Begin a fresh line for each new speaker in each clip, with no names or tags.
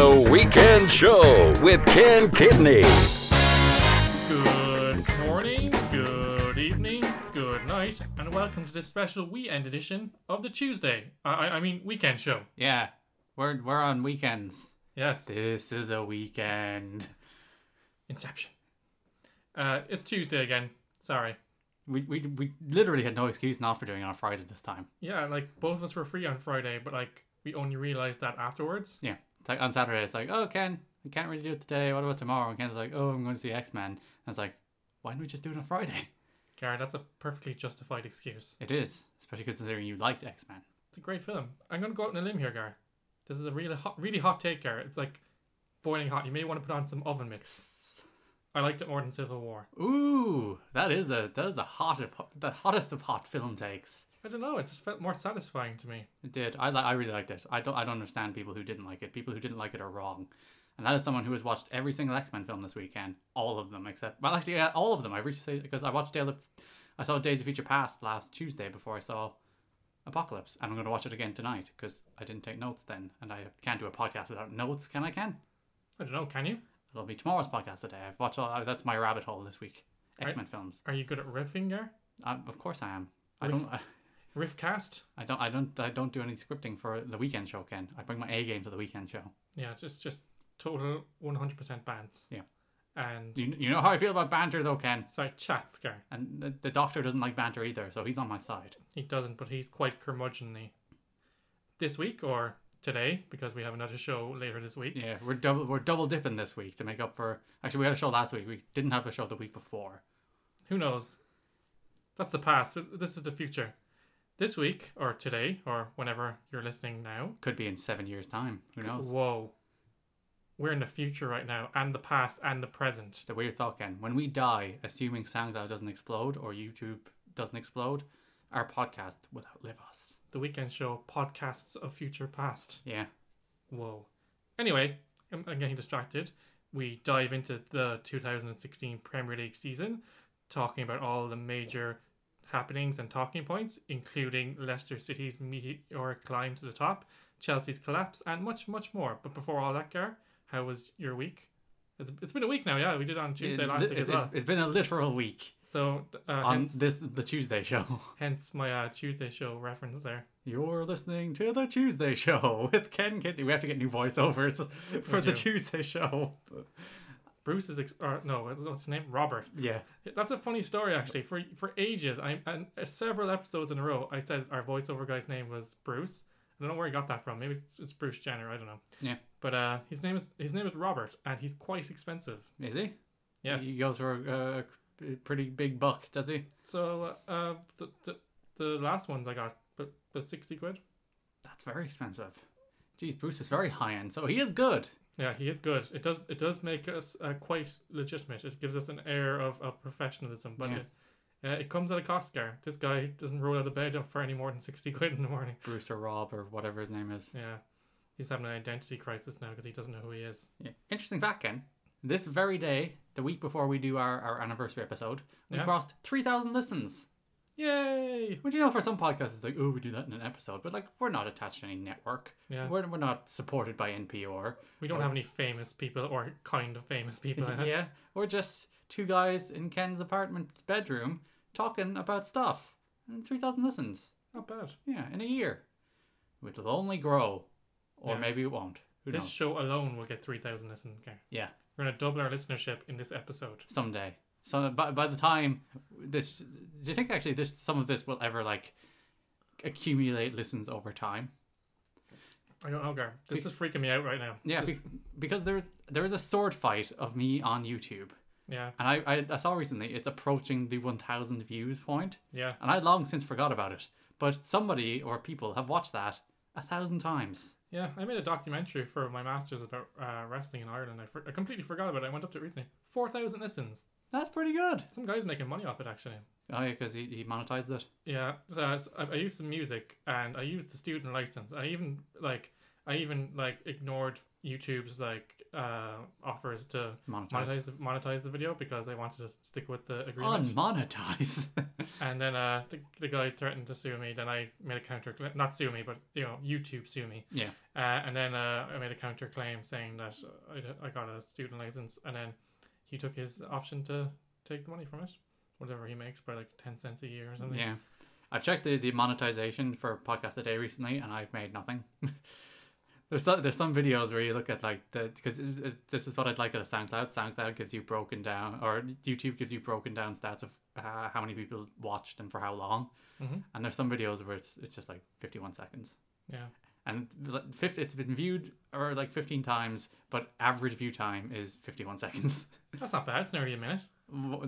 Ken Show with Ken Kidney.
Good morning, good evening, good night, and welcome to this special weekend edition of the Tuesday. I, I, I mean, weekend show.
Yeah, we're we're on weekends.
Yes,
This is a weekend.
Inception. Uh, it's Tuesday again. Sorry.
We we we literally had no excuse not for doing it on Friday this time.
Yeah, like both of us were free on Friday, but like we only realized that afterwards.
Yeah, it's like on Saturday it's like, oh Ken, I can't really do it today. What about tomorrow? And Ken's like, oh, I'm going to see X Men. And it's like, why didn't we just do it on Friday?
Gary, that's a perfectly justified excuse.
It is, especially considering you liked X Men.
It's a great film. I'm gonna go out on a limb here, Gar. This is a really hot, really hot take, Gar. It's like boiling hot. You may want to put on some oven mitts. I liked it more than Civil War.
Ooh, that is a that is a hot of, the hottest of hot film takes.
I don't know. It just felt more satisfying to me.
It did. I li- I really liked it. I don't I don't understand people who didn't like it. People who didn't like it are wrong. And that is someone who has watched every single X Men film this weekend, all of them except well actually yeah, all of them. I reached because I watched Day of, I saw Days of Future Past last Tuesday before I saw Apocalypse, and I'm going to watch it again tonight because I didn't take notes then, and I can't do a podcast without notes. Can I? Can
I don't know. Can you?
it'll be tomorrow's podcast today. I've watched all. That's my rabbit hole this week. X Men films.
Are you good at riffing, Gar?
I, of course I am. I don't. I,
Riff cast?
I don't. I don't. I don't do any scripting for the weekend show. Ken, I bring my A game to the weekend show.
Yeah, just just total 100% bands.
Yeah.
And
You, you know how I feel about banter, though, Ken.
sorry, chat, Gar.
And the, the doctor doesn't like banter either, so he's on my side.
He doesn't, but he's quite curmudgeonly. This week or today, because we have another show later this week.
Yeah, we're double we're double dipping this week to make up for. Actually, we had a show last week. We didn't have a show the week before.
Who knows? That's the past. This is the future. This week or today or whenever you're listening now.
Could be in seven years' time. Who knows?
Whoa. We're in the future right now, and the past and the present.
It's a weird thought, Ken. When we die, assuming SoundCloud doesn't explode or YouTube doesn't explode, our podcast will outlive us.
The weekend show podcasts of future past.
Yeah.
Whoa. Anyway, I'm, I'm getting distracted. We dive into the 2016 Premier League season, talking about all the major happenings and talking points, including Leicester City's meteoric climb to the top, Chelsea's collapse, and much, much more. But before all that, Gar, how was your week? It's, it's been a week now, yeah. We did on Tuesday
It-
last
it-
week as
it's-
well.
it's been a literal week
so, th- uh,
on
hence,
this the Tuesday show.
hence my uh, Tuesday show reference there.
You're listening to the Tuesday show with Ken Kidney. We have to get new voiceovers for the
do.
Tuesday show.
Bruce is, ex- or, no, what's- what's his name? Robert.
Yeah.
That's a funny story, actually. For for ages, I and uh, several episodes in a row, I said our voiceover guy's name was Bruce. I don't know where he got that from. Maybe it's, it's Bruce Jenner. I don't know.
Yeah.
But uh, his name is his name is Robert, and he's quite expensive.
Is he?
Yes.
He goes for a, a pretty big buck, does he?
So uh, the, the the last ones I got, but but sixty quid.
That's very expensive. Geez, Bruce is very high end, so he is good.
Yeah, he is good. It does it does make us uh, quite legitimate. It gives us an air of, of professionalism, but
Yeah.
it, uh, it comes at a cost, Gar. This guy doesn't roll out of bed for any more than sixty quid in the morning.
Bruce or Rob or whatever his name is.
Yeah. He's having an identity crisis now because he doesn't know who he is.
Yeah. Interesting fact, Ken. This very day, the week before we do our, our anniversary episode, we
Yeah.
crossed 3,000 listens.
Yay!
Would you know for some podcasts, it's like, oh, we do that in an episode, but like, we're not attached to any network.
Yeah.
We're, we're not supported by NPR.
We don't have any famous people or kind of famous people in it.
Yeah. We're just two guys in Ken's apartment's bedroom talking about stuff. And 3,000 listens.
Not bad.
Yeah, in a year. It'll only grow. Or
Yeah.
maybe it won't. Who
This
knows?
show alone will get 3,000 listens. Okay.
yeah.
We're going to double our listenership in this episode.
someday. So by, by the time this, do you think actually this some of this will ever like accumulate listens over time?
I don't know, Gar. This is freaking me out right now.
Yeah, be, because there's there is a sword fight of me on YouTube,
Yeah,
and I I, I saw recently it's approaching the 1,000 views point,
yeah.
and I long since forgot about it. But somebody or people have watched that a thousand times.
Yeah, I made a documentary for my master's about uh, wrestling in Ireland. I, for- I completely forgot about it. I went up to it recently. 4,000 listens.
That's pretty good.
Some guy's making money off it, actually.
Oh yeah, because he, he monetized it.
Yeah, so I, I used some music and I used the student license. I even like I I even like ignored YouTube's like uh offers to
monetize.
monetize the, monetize the video because I wanted to stick with the agreement.
Unmonetize.
And then uh, the, the guy threatened to sue me. Then I made a counter not sue me, but you know, YouTube sue me.
yeah.
Uh, and then uh, I made a counterclaim saying that I, I got a student license, and then he took his option to take the money from it, whatever he makes by like ten cents a year or something.
Yeah. I've checked the, the monetization for podcast a day recently and I've made nothing. there's some there's some videos where you look at like the because it- it- this is what I'd like out of SoundCloud. SoundCloud gives you broken down or YouTube gives you broken down stats of uh, how many people watched and for how long.
Mhm.
And there's some videos where it's it's just like 51 seconds.
Yeah.
And like, fif- it's been viewed or like 15 times, but average view time is 51 seconds.
That's not bad. It's nearly a minute.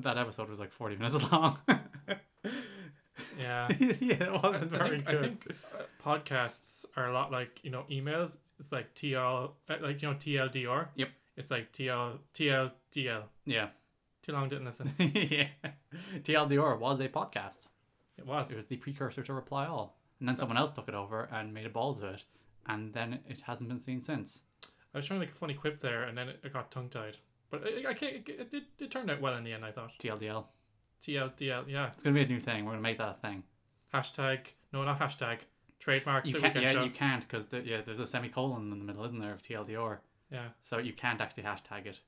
that episode was like 40 minutes long.
Yeah.
yeah, it
I
wasn't very
think, I
good.
think uh, podcasts are a lot like you know emails. It's like TL, uh, like you know TLDR.
Yep.
It's like TL TLDL.
Yeah.
Too long didn't listen.
yeah. TLDR was a podcast.
It was.
It was the precursor to Reply All. And then someone else took it over and made a balls of it. And then it hasn't been seen since.
I was trying to make a funny quip there, and then it, it got tongue tied. But I, I can't, it, it, it turned out well in the end. I thought.
TLDL.
TLDL. Yeah.
It's going to be a new thing. We're going to make that a thing.
Hashtag no, not hashtag. Trademark
You
the
can't,
weekend
yeah,
show.
you can't because the, yeah, there's a semicolon in the middle, isn't there, of TLDR?
Yeah,
So you can't actually hashtag it.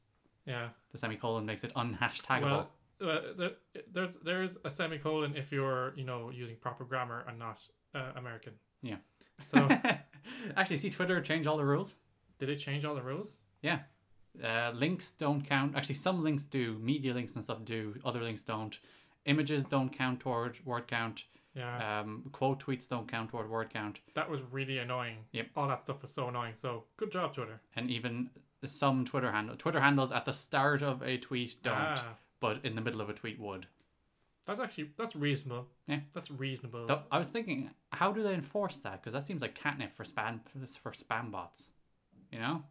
yeah.
The semicolon makes it unhashtagable.
Well, uh, there, there's there's a semicolon if you're you know using proper grammar and not uh, American.
Yeah.
So
actually, see Twitter change all the rules?
did it change all the rules?
Yeah. Uh, links don't count. Actually, some links do. Media links and stuff do. Other links don't. Images don't count toward word count.
Yeah.
Um, quote tweets don't count toward word count.
that was really annoying.
Yep.
All that stuff was so annoying. So good job, Twitter.
And even some Twitter handle Twitter handles at the start of a tweet don't,
Ah.
but in the middle of a tweet would.
That's actually that's reasonable.
Yeah.
That's reasonable.
So I was thinking, how do they enforce that? Because that seems like catnip for spam for spam bots. You know?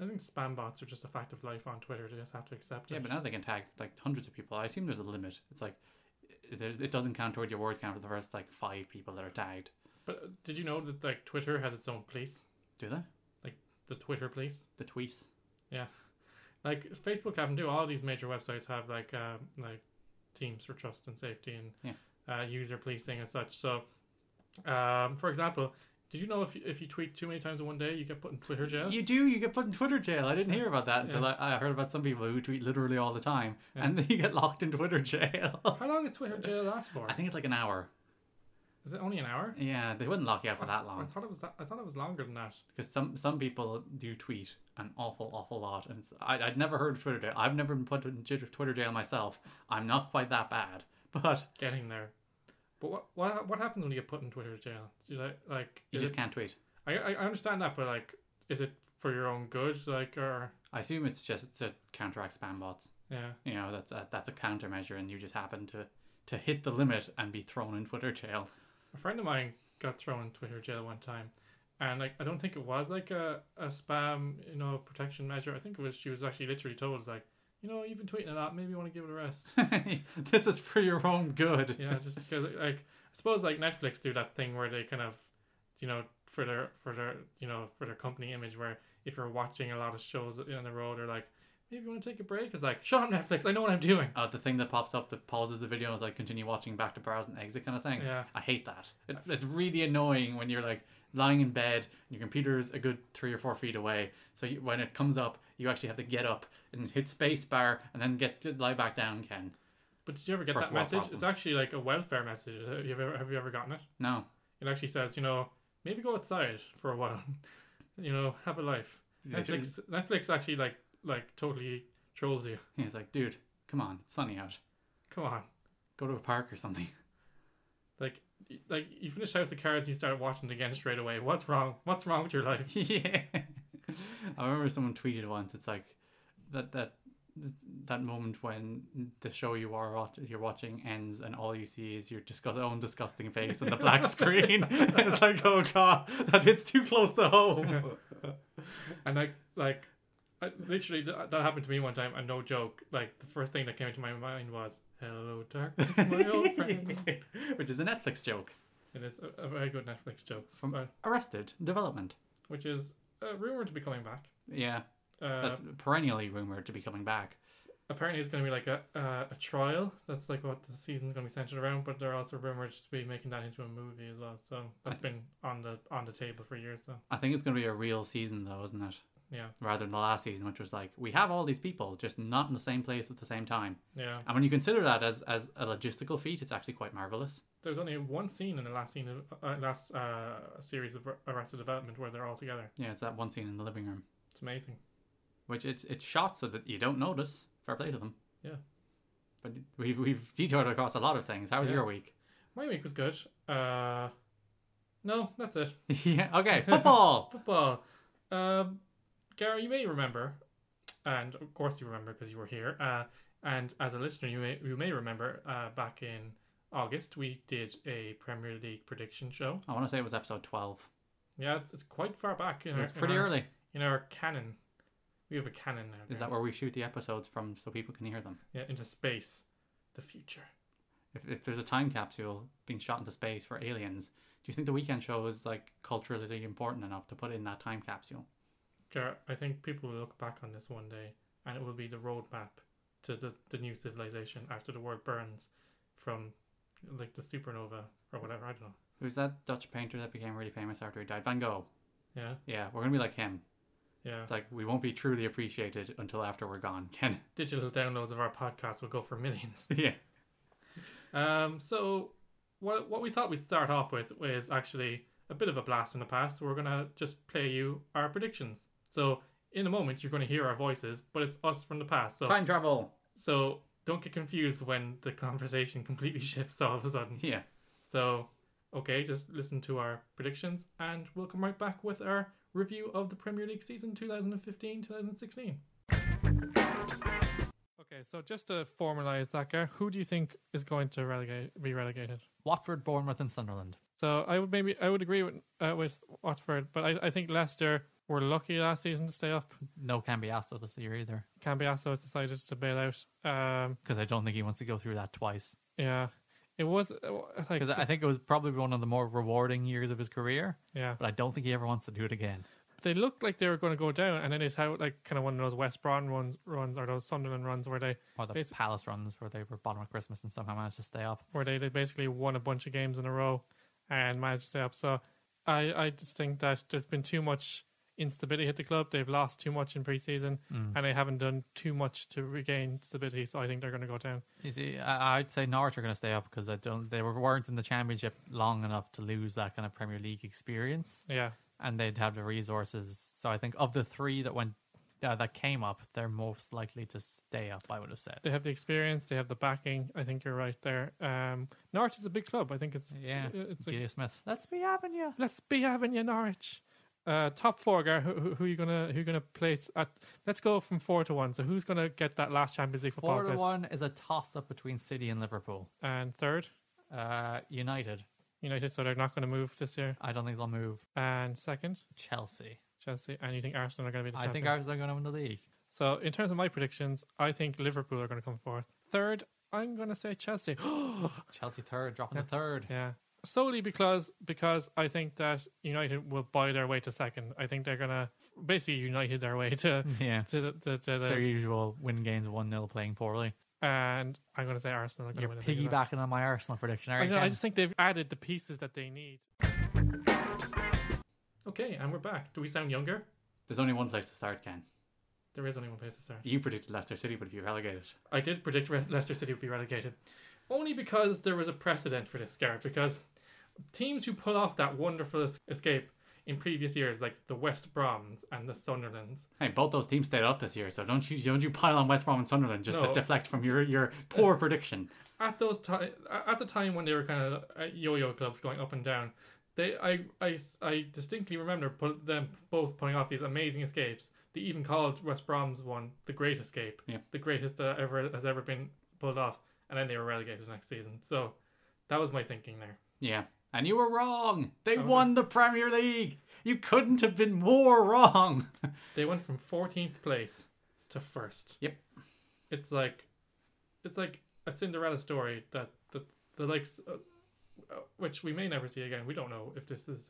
I think spam bots are just a fact of life on Twitter. They just have to accept it.
Yeah, but now they can tag like hundreds of people. I assume there's a limit. It's like it- there's- it doesn't count toward your word count for the first like five people that are tagged.
But uh, did you know that like Twitter has its own police,
Do they?
like the Twitter police?
The tweets.
Yeah, like Facebook have them do. All these major websites have like um, like teams for trust and safety and uh, user policing and such. So, um, for example, did you know if you, if you tweet too many times in one day, you get put in Twitter jail?
You do. You get put in Twitter jail. I didn't hear about that until I, I heard about some people who tweet literally all the time, and then you get locked in Twitter jail.
How long is Twitter jail last for?
I think it's like an hour.
Is it only an hour?
Yeah, they wouldn't lock you out for that
I
long
thought it was that, I thought it was longer than that.
because some some people do tweet an awful awful lot, and it's, I I'd never heard of Twitter jail. I've never been put in j- Twitter jail myself. I'm not quite that bad, but
Getting there. But what what what happens when you get put in Twitter jail? Do you like like
you
is
just
it-
can't tweet.
I I I understand that, but like, is it for your own good? Like, or
I assume it's just to counteract spam bots.
yeah,
You know, that's a, that's a countermeasure, and you just happen to to hit the limit and be thrown in Twitter jail.
a friend of mine got thrown in Twitter jail one time, and like I don't think it was like a a spam you know protection measure. I think it was she was actually literally told like, you know, you've been tweeting a lot. Maybe you want to give it a rest.
this is for your own good.
yeah, just because like I suppose like Netflix do that thing where they kind of, you know, for their for their you know for their company image where if you're watching a lot of shows on the road, they're like, maybe you want to take a break. It's like, shut up, Netflix. I know what I'm doing.
Uh, the thing that pops up that pauses the video as I continue watching back to browse and exit kind of thing.
Yeah.
I hate that. It, it's really annoying when you're like lying in bed and your computer is a good three or four feet away. So you, when it comes up, you actually have to get up and hit space bar and then get to lie back down again.
But did you ever get
First
that
world
message? It's
problems.
actually like a welfare message. Have you ever have you ever gotten it?
No.
It actually says, you know, maybe go outside for a while. you know, have a life.
Yeah, it's
Netflix Netflix actually like like totally trolls you.
He's like, dude, come on, it's sunny out.
Come on.
Go to a park or something.
Like y- like you finish House of Cards and you start watching it again straight away. What's wrong? What's wrong with your life?
yeah. I remember someone tweeted once. It's like that that that moment when the show you are watch, you're watching ends and all you see is your disgust, own disgusting face and the black screen. it's like, oh god, that hits too close to home.
And like like I, literally th- that happened to me one time and no joke. Like the first thing that came into my mind was Hello, darkness, my old friend.
Which is a Netflix joke.
It is a, a very good Netflix joke,
From-
uh,
Arrested Development.
which is uh, rumored to be coming back.
Yeah,
Uh,
that's perennially rumored to be coming back.
apparently, it's going to be like a uh, a trial. That's like what the season's going to be centered around. But they're also rumored to be making that into a movie as well. So that's been on the on the table for years. So
I think it's going to be a real season though, isn't it?
yeah,
Rather than the last season, which was like we have all these people just not in the same place at the same time.
yeah.
And when you consider that as as a logistical feat, it's actually quite marvelous.
There's only one scene in the last scene of uh, last uh, series of Arrested Development where they're all together.
Yeah, it's that one scene in the living room,
It's amazing.
which it's it's shot so that you don't notice. Fair play to them.
Yeah.
But we've we've detoured across a lot of things. How was
Yeah.
your week?
My week was good. Uh, no, that's it.
yeah. Okay. Football.
Football. Um, Gary, you may remember, and of course you remember because you were here. Uh, and as a listener, you may you may remember uh, back in August we did a Premier League prediction show.
I want to say it was episode twelve.
Yeah, it's, it's quite far back. In
It
our-
was
in
pretty
our-
early.
in our canon. We have a canon now.
Is
Gary.
that where we shoot the episodes from so people can hear them?
Yeah, into space, the future.
If, if there's a time capsule being shot into space for aliens, do you think the weekend show is like culturally important enough to put in that time capsule?
Gar, I think people will look back on this one day, and it will be the roadmap to the, the new civilization after the world burns from like the supernova or whatever. I don't know.
Who's that Dutch painter that became really famous after he died? Van Gogh.
Yeah,
Yeah, we're gonna be like him.
yeah.
It's like we won't be truly appreciated until after we're gone, Ken.
Digital downloads of our podcast will go for millions.
yeah.
Um, so what what we thought we'd start off with was actually a bit of a blast in the past. So we're gonna just play you our predictions. So in a moment you're gonna hear our voices, but it's us from the past. So
Time travel.
so don't get confused when the conversation completely shifts all of a sudden.
Yeah.
So okay, just listen to our predictions, and we'll come right back with our review of the Premier League season 2015-2016. Okay, so just to formalize that, Gar, who do you think is going to relegate, be relegated?
Watford, Bournemouth, and Sunderland.
So I would maybe I would agree with uh, with Watford, but I, I think Leicester were lucky last season to stay up.
No Cambiasso this year either,
Cambiasso has decided to bail out. Um,
because I don't think he wants to go through that twice.
yeah, it was uh, like
Because I think it was probably one of the more rewarding years of his career,
yeah.
but I don't think he ever wants to do it again.
They looked like they were going to go down, and then it's how like kind of one of those West Brom runs, runs or those Sunderland runs where they
Or the
Basi-
Palace runs where they were bottom of Christmas and somehow managed to stay up.
where they, they basically won a bunch of games in a row and managed to stay up. So I, I just think that there's been too much instability at the club. They've lost too much in preseason and they haven't done too much to regain stability. So I think they're going to go down.
You see, I, I'd say Norwich are going to stay up because I don't. They were- weren't in the Championship long enough to lose that kind of Premier League experience,
Yeah.
and they'd have the resources. So I think of the three that went uh, that came up, they're most likely to stay up. I would have said.
They have the experience, they have the backing. I think you're right there. Um, Norwich is a big club. I think it's.
Yeah,
Uh, It's a,
Julia Smith. Let's be having you.
let's be having you, Norwich. Uh, top four, Gar, who, who, who you gonna who you gonna place at? Let's go from four to one. So who's gonna get that last Champions League football
Four to
place?
one is a toss up between City and Liverpool.
And third,
Uh, United.
United. So they're not gonna move this year.
I don't think they'll move.
And second,
Chelsea.
Chelsea. And you think Arsenal are going to be the
I think
champion.
ours are going to win the league.
so in terms of my predictions, I think Liverpool are going to come fourth. Third, I'm going to say Chelsea.
Chelsea third, dropping to third.
yeah. Solely because because I think that United will buy their way to second. I think they're going to basically United their way to
Yeah.
to the, to, to
Their
the
usual win games 1 0 playing poorly.
and I'm going to say Arsenal are going
You're
to win. the league as well.
piggybacking on my Arsenal prediction.
I,
Aren't
don't
you?
know, I just think they've added the pieces that they need. Okay, and we're back. Do we sound younger?
There's only one place to start, Ken.
There is only one place to start.
You predicted Leicester City would be relegated.
I did predict Re- Leicester City would be relegated, only because there was a precedent for this, Garrett. Because teams who pull off that wonderful es- escape in previous years, like the West Broms and the Sunderlands,
Hey, both those teams stayed up this year, so don't you don't you pile on West Brom and Sunderland just
No.
to deflect from your, your poor prediction.
at those ti- at the time when they were kind of uh, yo-yo clubs going up and down, they I, I, s- I distinctly remember pu- them both pulling off these amazing escapes. They even called West Brom's one the Great Escape,
Yeah.
the greatest that ever has ever been pulled off, and then they were relegated next season. So that was my thinking there.
Yeah. And you were wrong. They won the Premier League. You couldn't have been more wrong.
They went from 14th place to first.
Yep.
It's like, it's like a Cinderella story that the the likes, uh, uh, which we may never see again. We don't know if this is.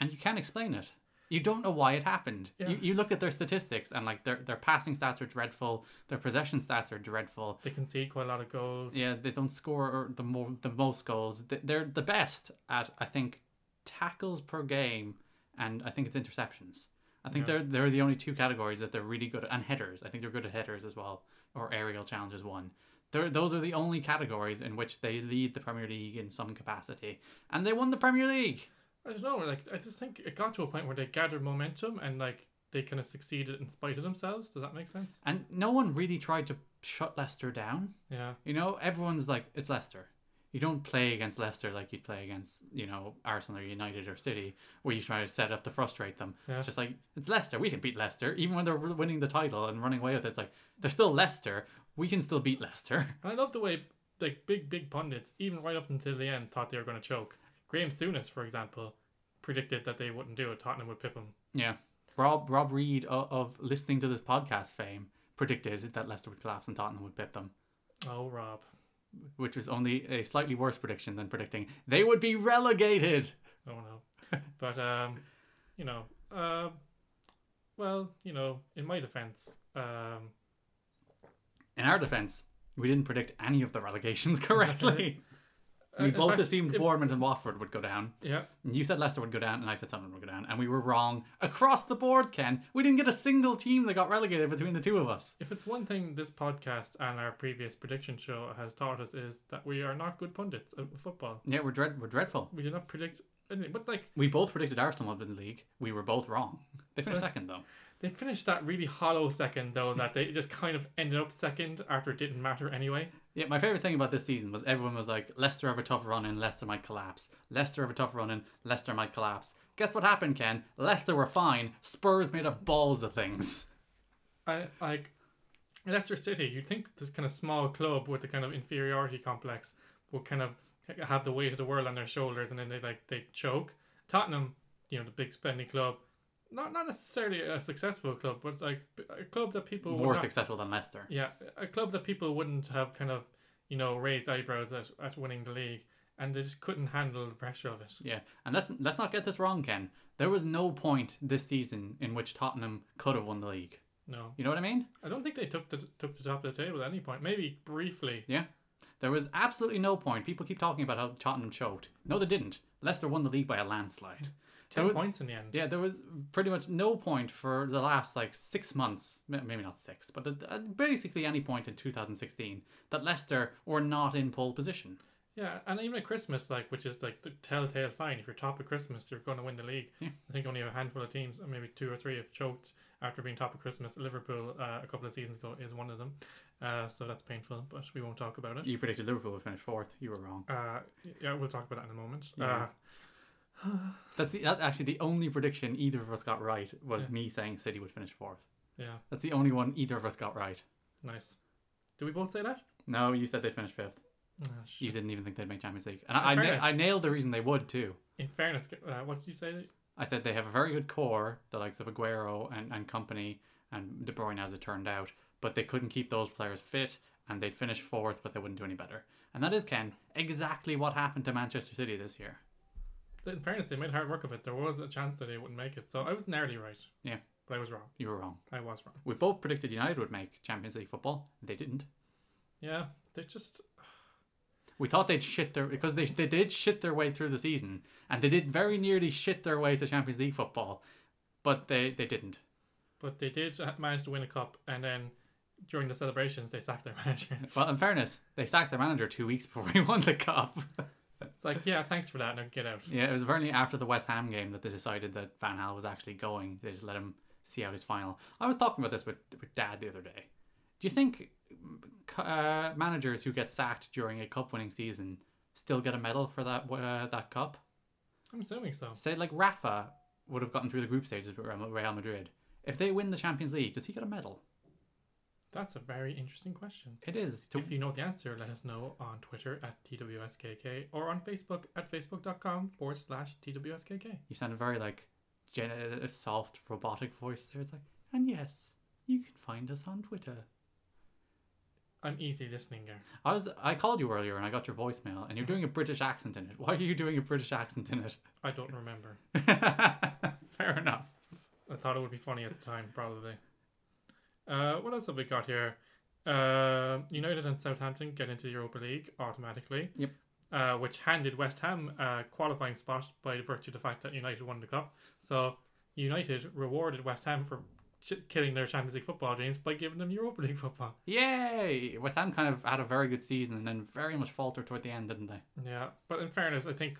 and you can explain it. You don't know why it happened.
Yeah.
You, you look at their statistics and like their their passing stats are dreadful. Their possession stats are dreadful.
They concede quite a lot of goals.
Yeah, they don't score the more the most goals. They- They're the best at I think tackles per game, and I think it's interceptions. I think they're they're the only two categories that they're really good at, and headers. I think they're good at headers as well, or aerial challenges one. They're, those are the only categories in which they lead the Premier League in some capacity, and they won the Premier League.
I don't know. Like I just think it got to a point where they gathered momentum and like they kind of succeeded in spite of themselves. Does that make sense?
And no one really tried to shut Leicester down.
Yeah.
You know, everyone's like, it's Leicester. You don't play against Leicester like you'd play against, you know, Arsenal or United or City, where you try to set up to frustrate them.
Yeah.
It's just like, it's Leicester. We can beat Leicester. Even when they're winning the title and running away with it, it's like, they're still Leicester. We can still beat Leicester.
And I love the way like big big pundits, even right up until the end, thought they were going to choke. Graham Souness, for example, predicted that they wouldn't do it. Tottenham would pip them.
Yeah. Rob Rob Reed of, of listening to this podcast fame predicted that Leicester would collapse and Tottenham would pip them,
Oh, Rob.
which was only a slightly worse prediction than predicting they would be relegated.
Oh no. but um, you know, uh, well, you know, in my defense, um,
In our defense, we didn't predict any of the relegations correctly.
uh,
we
in
both
fact,
assumed
it-
Bournemouth and Watford would go down.
Yeah.
You said Leicester would go down, and I said Sunderland would go down, and we were wrong across the board. Ken, we didn't get a single team that got relegated between the two of us.
If it's one thing this podcast and our previous prediction show has taught us is that we are not good pundits at football.
Yeah, we're dread, we're dreadful.
We did not predict anything. But like
We both predicted Arsenal would win the league. We were both wrong. They finished second though.
they finished that really hollow second though that they just kind of ended up second after it didn't matter anyway.
Yeah, my favorite thing about this season was everyone was like, Leicester have a tough run in, Leicester might collapse. Leicester have a tough run in, Leicester might collapse. Guess what happened, Ken? Leicester were fine. Spurs made up balls of things.
I like Leicester City, you'd think this kind of small club with the kind of inferiority complex would kind of have the weight of the world on their shoulders and then they like they choke. Tottenham, you know, the big spending club, not not necessarily a successful club, but like a club that people would
More
not-
successful than Leicester.
Yeah, a club that people wouldn't have kind of, you know, raised eyebrows at, at winning the league, and they just couldn't handle the pressure of it.
Yeah, and let's let's not get this wrong, Ken. There was no point this season in which Tottenham could have won the league.
No,
You know what I mean?
I don't think they took the took the top of the table at any point. Maybe briefly.
Yeah. There was absolutely no point. People keep talking about how Tottenham choked. No, they didn't. Leicester won the league by a landslide.
Ten
would-
points in the end.
Yeah, there was pretty much no point for the last like six months, m- maybe not six, but uh, basically any point in 2016 that Leicester were not in pole position.
Yeah, and even at Christmas, like, which is like the telltale sign. If you're top of Christmas, you're going to win the league.
Yeah.
I think only a handful of teams, or maybe two or three, have choked after being top of Christmas. Liverpool, uh, a couple of seasons ago, is one of them. Uh, so that's painful, but we won't talk about it.
You predicted Liverpool would finish fourth. You were wrong.
Uh, yeah, we'll talk about that in a moment.
Yeah.
Uh,
That's, the, that's actually the only prediction either of us got right was me saying City would finish fourth.
yeah,
That's the only one either of us got right.
nice. Do we both say that?
No, you said they'd finish fifth.
Ah,
You
shit.
didn't even think they'd make Champions League, and I I, na-
fairness.
I nailed the reason they would too.
In fairness, uh, what did you say?
I said they have a very good core, the likes of Aguero and, and company, and De Bruyne as it turned out, but they couldn't keep those players fit, and they'd finish fourth, but they wouldn't do any better. And that is, Ken, exactly what happened to Manchester City this year.
In fairness, they made hard work of it. There was a chance that they wouldn't make it, so I was nearly right,
Yeah,
but I was wrong.
you were wrong.
I was wrong.
We both predicted United would make Champions League football. They didn't.
Yeah, they just
We thought they'd shit their because they they did shit their way through the season, and they did very nearly shit their way to Champions League football, but they they didn't.
But they did manage to win a cup, and then during the celebrations, they sacked their manager.
Well, in fairness, they sacked their manager two weeks before he won the cup.
it's like, yeah, thanks for that. Now get out.
Yeah, it was apparently after the West Ham game that they decided that Van Hal was actually going. They just let him see out his final. I was talking about this with, with Dad the other day. Do you think uh, managers who get sacked during a cup winning season still get a medal for that uh, that cup?
I'm assuming so.
Say like Rafa would have gotten through the group stages with Real Real Madrid. If they win the Champions League, does he get a medal?
That's a very interesting question.
It is. To,
If you know the answer, let us know on Twitter at TWSKK or on Facebook at facebook.com forward slash TWSKK.
you sound very like gen- a soft robotic voice there. It's like, and yes, you can find us on Twitter.
I'm easy listening there.
I was I called you earlier and I got your voicemail and you're doing a British accent in it. Why are you doing a British accent in it?
I don't remember.
Fair enough.
I thought it would be funny at the time, probably. Uh, what else have we got here? Uh, United and Southampton get into the Europa League automatically.
Yep.
Uh, which handed West Ham a qualifying spot by virtue of the fact that United won the cup. So United rewarded West Ham for ch- killing their Champions League football dreams by giving them Europa League football.
Yay! West Ham kind of had a very good season and then very much faltered toward the end, didn't they?
Yeah, but in fairness, I think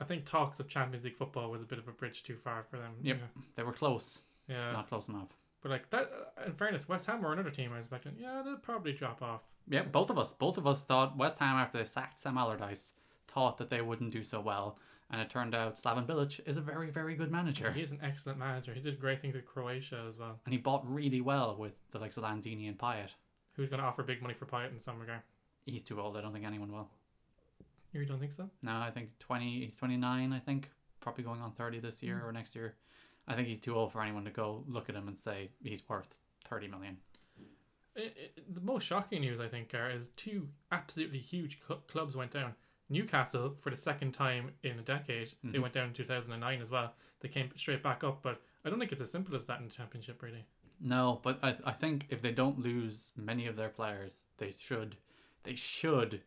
I think talks of Champions League football was a bit of a bridge too far for them.
Yep.
Yeah.
They were close,
Yeah.
not close enough.
But like that, uh, in fairness, West Ham were another team I was expecting. Yeah, they'll probably drop off.
Yeah, both of us, both of us thought West Ham after they sacked Sam Allardyce thought that they wouldn't do so well, and it turned out Slaven Bilic is a very, very good manager,
He's an excellent manager. He did great things at Croatia as well.
and he bought really well with the likes of Lanzini and Payet.
Who's going to offer big money for Payet in some regard?
He's too old. I don't think anyone will.
You don't think so?
No, I think twenty. He's twenty nine. I think probably going on thirty this year or next year. I think he's too old for anyone to go look at him and say he's worth thirty million.
I i the most shocking news I think are is two absolutely huge cl- clubs went down. Newcastle for the second time in a decade. They
Mhm.
went down in two thousand and nine as well. They came straight back up, but I don't think it's as simple as that in the championship really.
No, but I, I think if they don't lose many of their players, they should, they should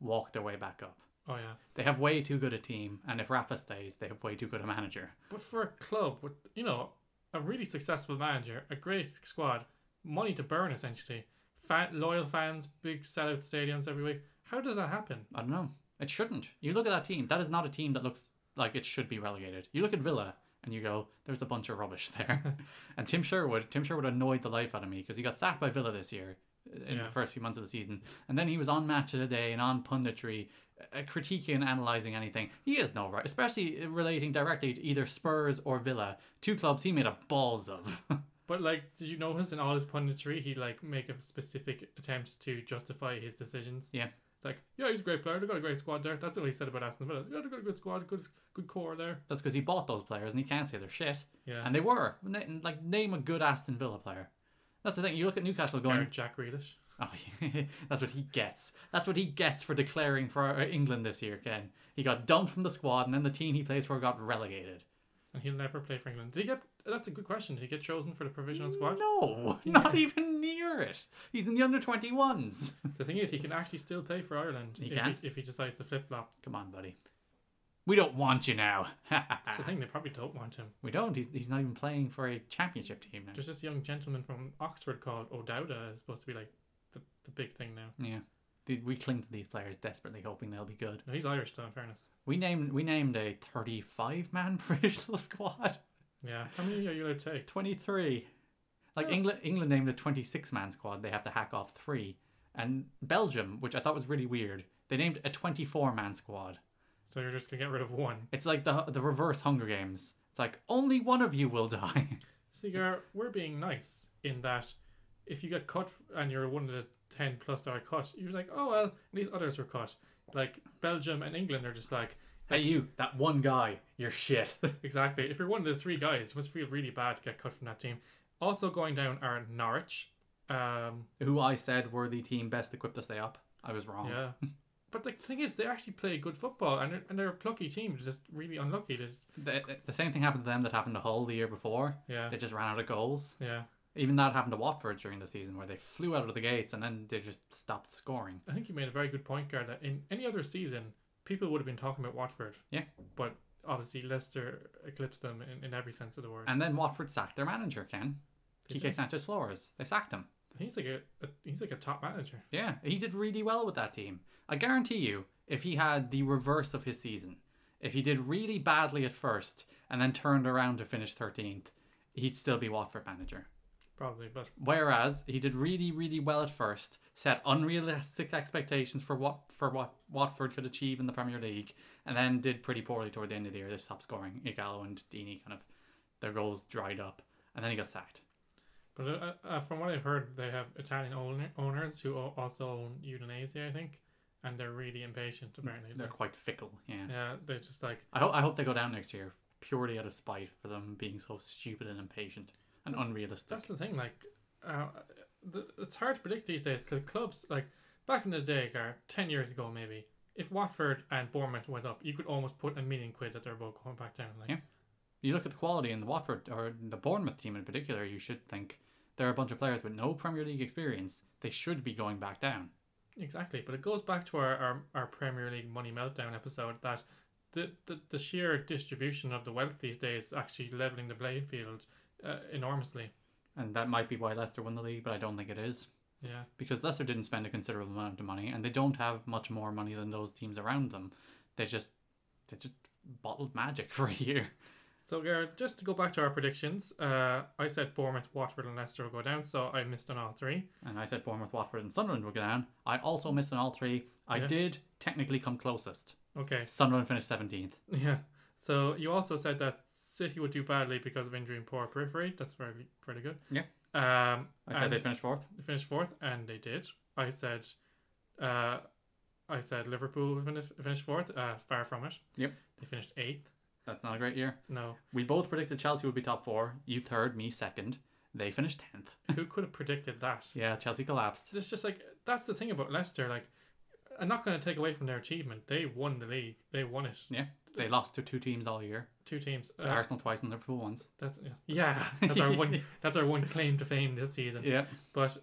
walk their way back up.
Oh yeah.
They have way too good a team, and if Rafa stays, they have way too good a manager.
But for a club with, you know, a really successful manager, a great squad, money to burn essentially, fan, loyal fans, big sellout stadiums every week, how does that happen?
I don't know. It shouldn't. You look at that team. That is not a team that looks like it should be relegated. You look at Villa, and you go, "There's a bunch of rubbish there." and Tim Sherwood, Tim Sherwood annoyed the life out of me because he got sacked by Villa this year in
Yeah.
the first few months of the season, and then he was on match of the day and on punditry. uh, Critiquing and analysing anything, he has no right, especially uh, relating directly to either Spurs or Villa, two clubs he made a balls of.
But like, did you notice in all his punditry, he like make a specific attempts to justify his decisions?
Yeah.
It's like, yeah, he's a great player. They've got a great squad there. That's what he said about Aston Villa. Yeah, they've got a good squad, good good core there.
That's because he bought those players and he can't say they're shit.
Yeah.
And they were. Na- Like, name a good Aston Villa player. That's the thing. You look at Newcastle going,
Gareth Jack Grealish.
oh, that's what he gets. That's what he gets for declaring for uh, England this year, Ken. He got dumped from the squad, and then the team he plays for got relegated.
And he'll never play for England. Did he get, that's a good question. Did he get chosen for the provisional squad?
No, not even near it. He's in the under 21s.
The thing is, he can actually still play for Ireland
He
if,
can?
He, if he decides to flip flop.
Come on, buddy. We don't want you now.
That's
Ah.
the thing, they probably don't want him.
we don't. He's, he's not even playing for a championship team now.
There's this young gentleman from Oxford called O'Dowda, is supposed to be like the, the big thing now.
Yeah. The- We cling to these players desperately, hoping they'll be good.
No, he's Irish, though, in fairness.
We named we named a thirty-five man provisional squad.
Yeah. How many are you allowed to take?
Twenty-three. Like
Yes.
England, England named a twenty-six man squad. They have to hack off three. And Belgium, which I thought was really weird, they named a twenty-four man squad.
So you're just going to get rid of one.
It's like the the reverse Hunger Games. It's like only one of you will die.
Cigar, we're being nice in that if you get cut and you're one of the 10 plus that are cut, you're like, oh, well, these others were cut. Like Belgium and England are just like,
hey, you, that one guy, you're shit.
Exactly. If you're one of the three guys, it must feel really bad to get cut from that team. Also going down are Norwich. Um,
Who I said were the team best equipped to stay up. I was wrong.
yeah. But the thing is, they actually play good football, and they're, and they're a plucky team. They're just really unlucky. They just-
The, the same thing happened to them that happened to Hull the year before.
yeah,
They just ran out of goals.
yeah.
Even that happened to Watford during the season, where they flew out of the gates and then they just stopped scoring.
I think you made a very good point, Gar. That in any other season, people would have been talking about Watford.
Yeah.
But obviously, Leicester eclipsed them in, in every sense of the word.
And then Watford sacked their manager, Ken.
Did
Kike
they?
Sanchez Flores. They sacked him.
he's like a, a he's like a top manager.
Yeah, he did really well with that team. I guarantee you, if he had the reverse of his season, if he did really badly at first and then turned around to finish 13th, he'd still be Watford manager.
Probably, but
Whereas he did really, really well at first, set unrealistic expectations for what for what Watford could achieve in the Premier League, and then did pretty poorly toward the end of the year. They stopped scoring. Igalo and Dini kind of their goals dried up, and then he got sacked.
But uh, uh, from what I've heard, they have Italian owner, owners who al- also own Udinese, I think, and they're really impatient. Apparently,
Mm, They're quite fickle. Yeah.
yeah, they're just like
I hope I hope they go down next year purely out of spite for them being so stupid and impatient and unrealistic.
that's the thing. Like, uh, th- it's hard to predict these days because clubs like back in the day, Gar, ten years ago maybe, if Watford and Bournemouth went up, you could almost put a million quid that they're both going back down. Like,
Yeah. You look at the quality in the Watford or the Bournemouth team in particular. You should think there are a bunch of players with no Premier League experience. They should be going back down.
Exactly, but it goes back to our, our, our Premier League money meltdown episode that the, the the sheer distribution of the wealth these days is actually leveling the playing field uh, enormously.
And that might be why Leicester won the league, but I don't think it is
Yeah,
because Leicester didn't spend a considerable amount of money, and they don't have much more money than those teams around them. They just they just bottled magic for a year.
So, Gareth, just to go back to our predictions, uh, I said Bournemouth, Watford, and Leicester will go down, so I missed on all three.
And I said Bournemouth, Watford, and Sunderland would go down. I also missed on all three. I
Yeah.
did technically come closest.
Okay,
Sunderland finished seventeenth.
yeah. So you also said that City would do badly because of injury and poor periphery. That's very, very good.
Yeah.
Um,
I said
and
they finished fourth.
they finished fourth, and they did. I said, uh, I said Liverpool would finish, finish fourth. Uh, far from it.
Yep.
They finished eighth.
That's not a great year.
No,
We both predicted Chelsea would be top four. You third, me second. They finished tenth.
who could have predicted that?
Yeah, Chelsea collapsed.
It's just like that's the thing about Leicester. Like, I'm not going to take away from their achievement. They won the league. They won it.
Yeah, they lost to two teams all year.
Two teams. Uh,
To Arsenal twice and Liverpool once.
That's yeah. yeah that's our one. That's our one claim to fame this season.
Yeah,
But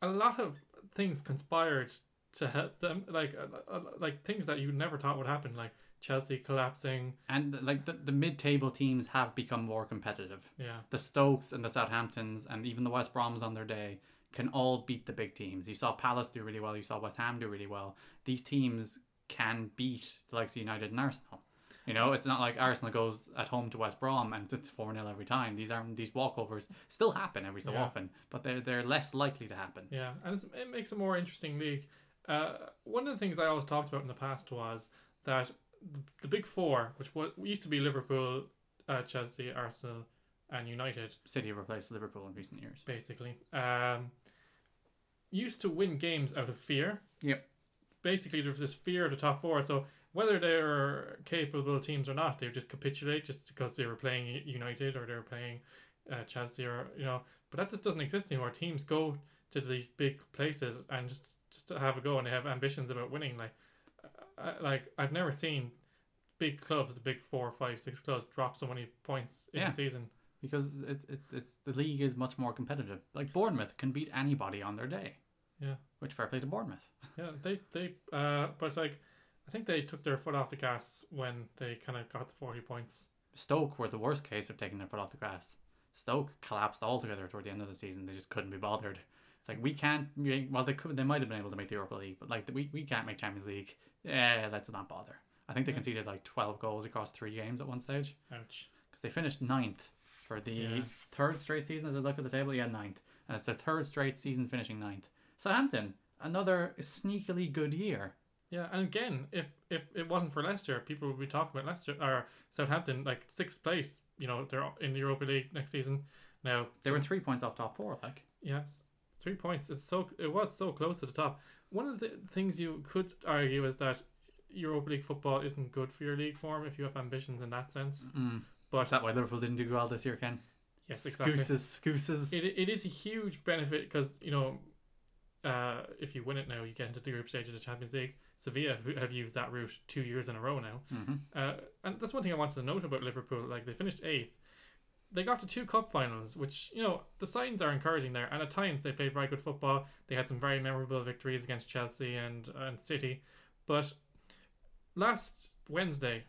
a lot of things conspired to help them. Like uh, uh, like things that you never thought would happen. Like Chelsea collapsing.
and like the, the mid-table teams have become more competitive.
Yeah.
the Stokes and the Southamptons and even the West Broms on their day can all beat the big teams. You saw Palace do really well. You saw West Ham do really well. These teams can beat the likes of United and Arsenal. You know, it's not like Arsenal goes at home to West Brom and it's 4 0 every time. These aren't these walkovers still happen every so
Yeah.
often, but they're they're less likely to happen.
Yeah, and it's, it makes a more interesting league. Uh, one of the things I always talked about in the past was that the, the big four, which was, used to be Liverpool, uh, Chelsea, Arsenal, and United,
City have replaced Liverpool in recent years.
basically, um, used to win games out of fear.
Yep.
Basically, there was this fear of the top four. So whether they were capable teams or not, they would just capitulate just because they were playing U- United or they were playing uh, Chelsea or you know. But that just doesn't exist anymore. Teams go to these big places and just just to have a go and they have ambitions about winning. Like, I, like I've never seen big clubs, the big four, five, six clubs, drop so many points in
Yeah.
a season.
Because it's, it's, it's the league is much more competitive. Like Bournemouth can beat anybody on their day.
Yeah.
Which fair play to Bournemouth.
Yeah, they they uh, but like, I think they took their foot off the gas when they kind of got the forty points.
Stoke were the worst case of taking their foot off the grass. Stoke collapsed altogether toward the end of the season. They just couldn't be bothered. It's like we can't. Make, well, they could. They might have been able to make the Europa League, but like we, we can't make Champions League. Yeah, let's not bother. I think they conceded like twelve goals across three games at one stage
Ouch.
because they finished ninth for the
Yeah.
third straight season. As I look at the table, yeah, ninth, and it's their third straight season finishing ninth. Southampton, another sneakily good year.
Yeah, and again, if if it wasn't for Leicester, people would be talking about Leicester or Southampton like sixth place. You know, they're in the Europa League next season. Now
They were three points off top four. Like
Yes, three points. It's so it was so close to the top. One of the things you could argue is that Europa League football isn't good for your league form if you have ambitions in that sense.
Mm.
But
that why Liverpool didn't do well this year, Ken.
yes, exactly.
Scooses, scooses.
It, it is a huge benefit because you know, uh, if you win it now, you get into the group stage of the Champions League. Sevilla who have used that route two years in a row now,
Mhm.
uh, and that's one thing I wanted to note about Liverpool. Like they finished eighth, they got to two cup finals, which you know the signs are encouraging there. And at times they played very good football. They had some very memorable victories against Chelsea and and City, but last Wednesday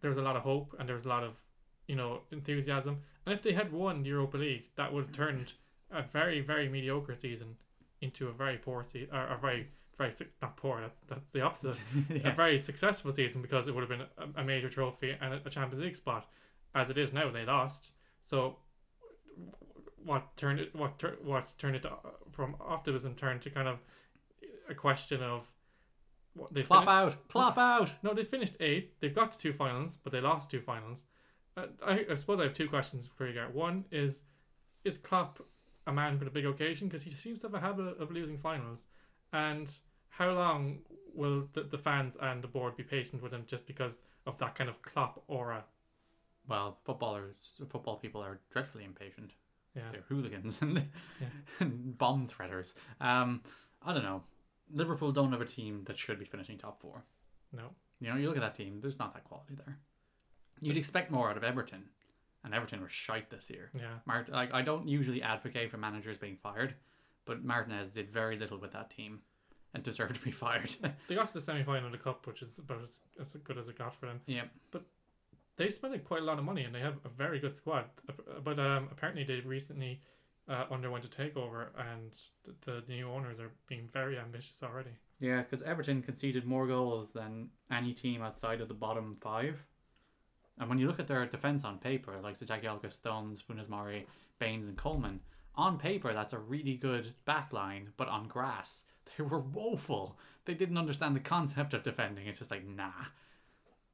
there was a lot of hope and there was a lot of you know enthusiasm. And if they had won the Europa League, that would have turned a very very mediocre season into a very poor season, or a very very su- not poor. That's that's the opposite.
Yeah.
A very successful season because it would have been a, a major trophy and a, a Champions League spot. As it is now, they lost. So what turned it what tur- what turned it to, from optimism turned to kind of a question of what they
Clop
finished-
out, clop out.
no, they finished eighth. They've got to two finals, but they lost two finals. Uh, I, I suppose I have two questions for you, Garrett. One is, is Klopp a man for the big occasion? Because he seems to have a habit of losing finals. And how long will the, the fans and the board be patient with him just because of that kind of Klopp aura?
Well, footballers, football people are dreadfully impatient.
Yeah.
They're hooligans and, and bomb threaders. Um, I don't know. Liverpool don't have a team that should be finishing top four.
No.
You know, you look at that team. There's not that quality there. You'd expect more out of Everton, and Everton were shite this year.
Yeah.
Mart- like I don't usually advocate for managers being fired, but Martinez did very little with that team, and deserved to be fired.
They got to the semi final of the cup, which is about as, as good as it got for them.
yep.
They spent quite a lot of money and they have a very good squad. Ap- But um, apparently they recently uh, underwent a takeover and th- the, the new owners are being very ambitious already.
Yeah, because Everton conceded more goals than any team outside of the bottom five. And when you look at their defence on paper, like Zajagielka, Stones, Funes Mori, Baines, and Coleman, on paper that's a really good back line, but on grass, they were woeful. They didn't understand the concept of defending. It's just like, nah.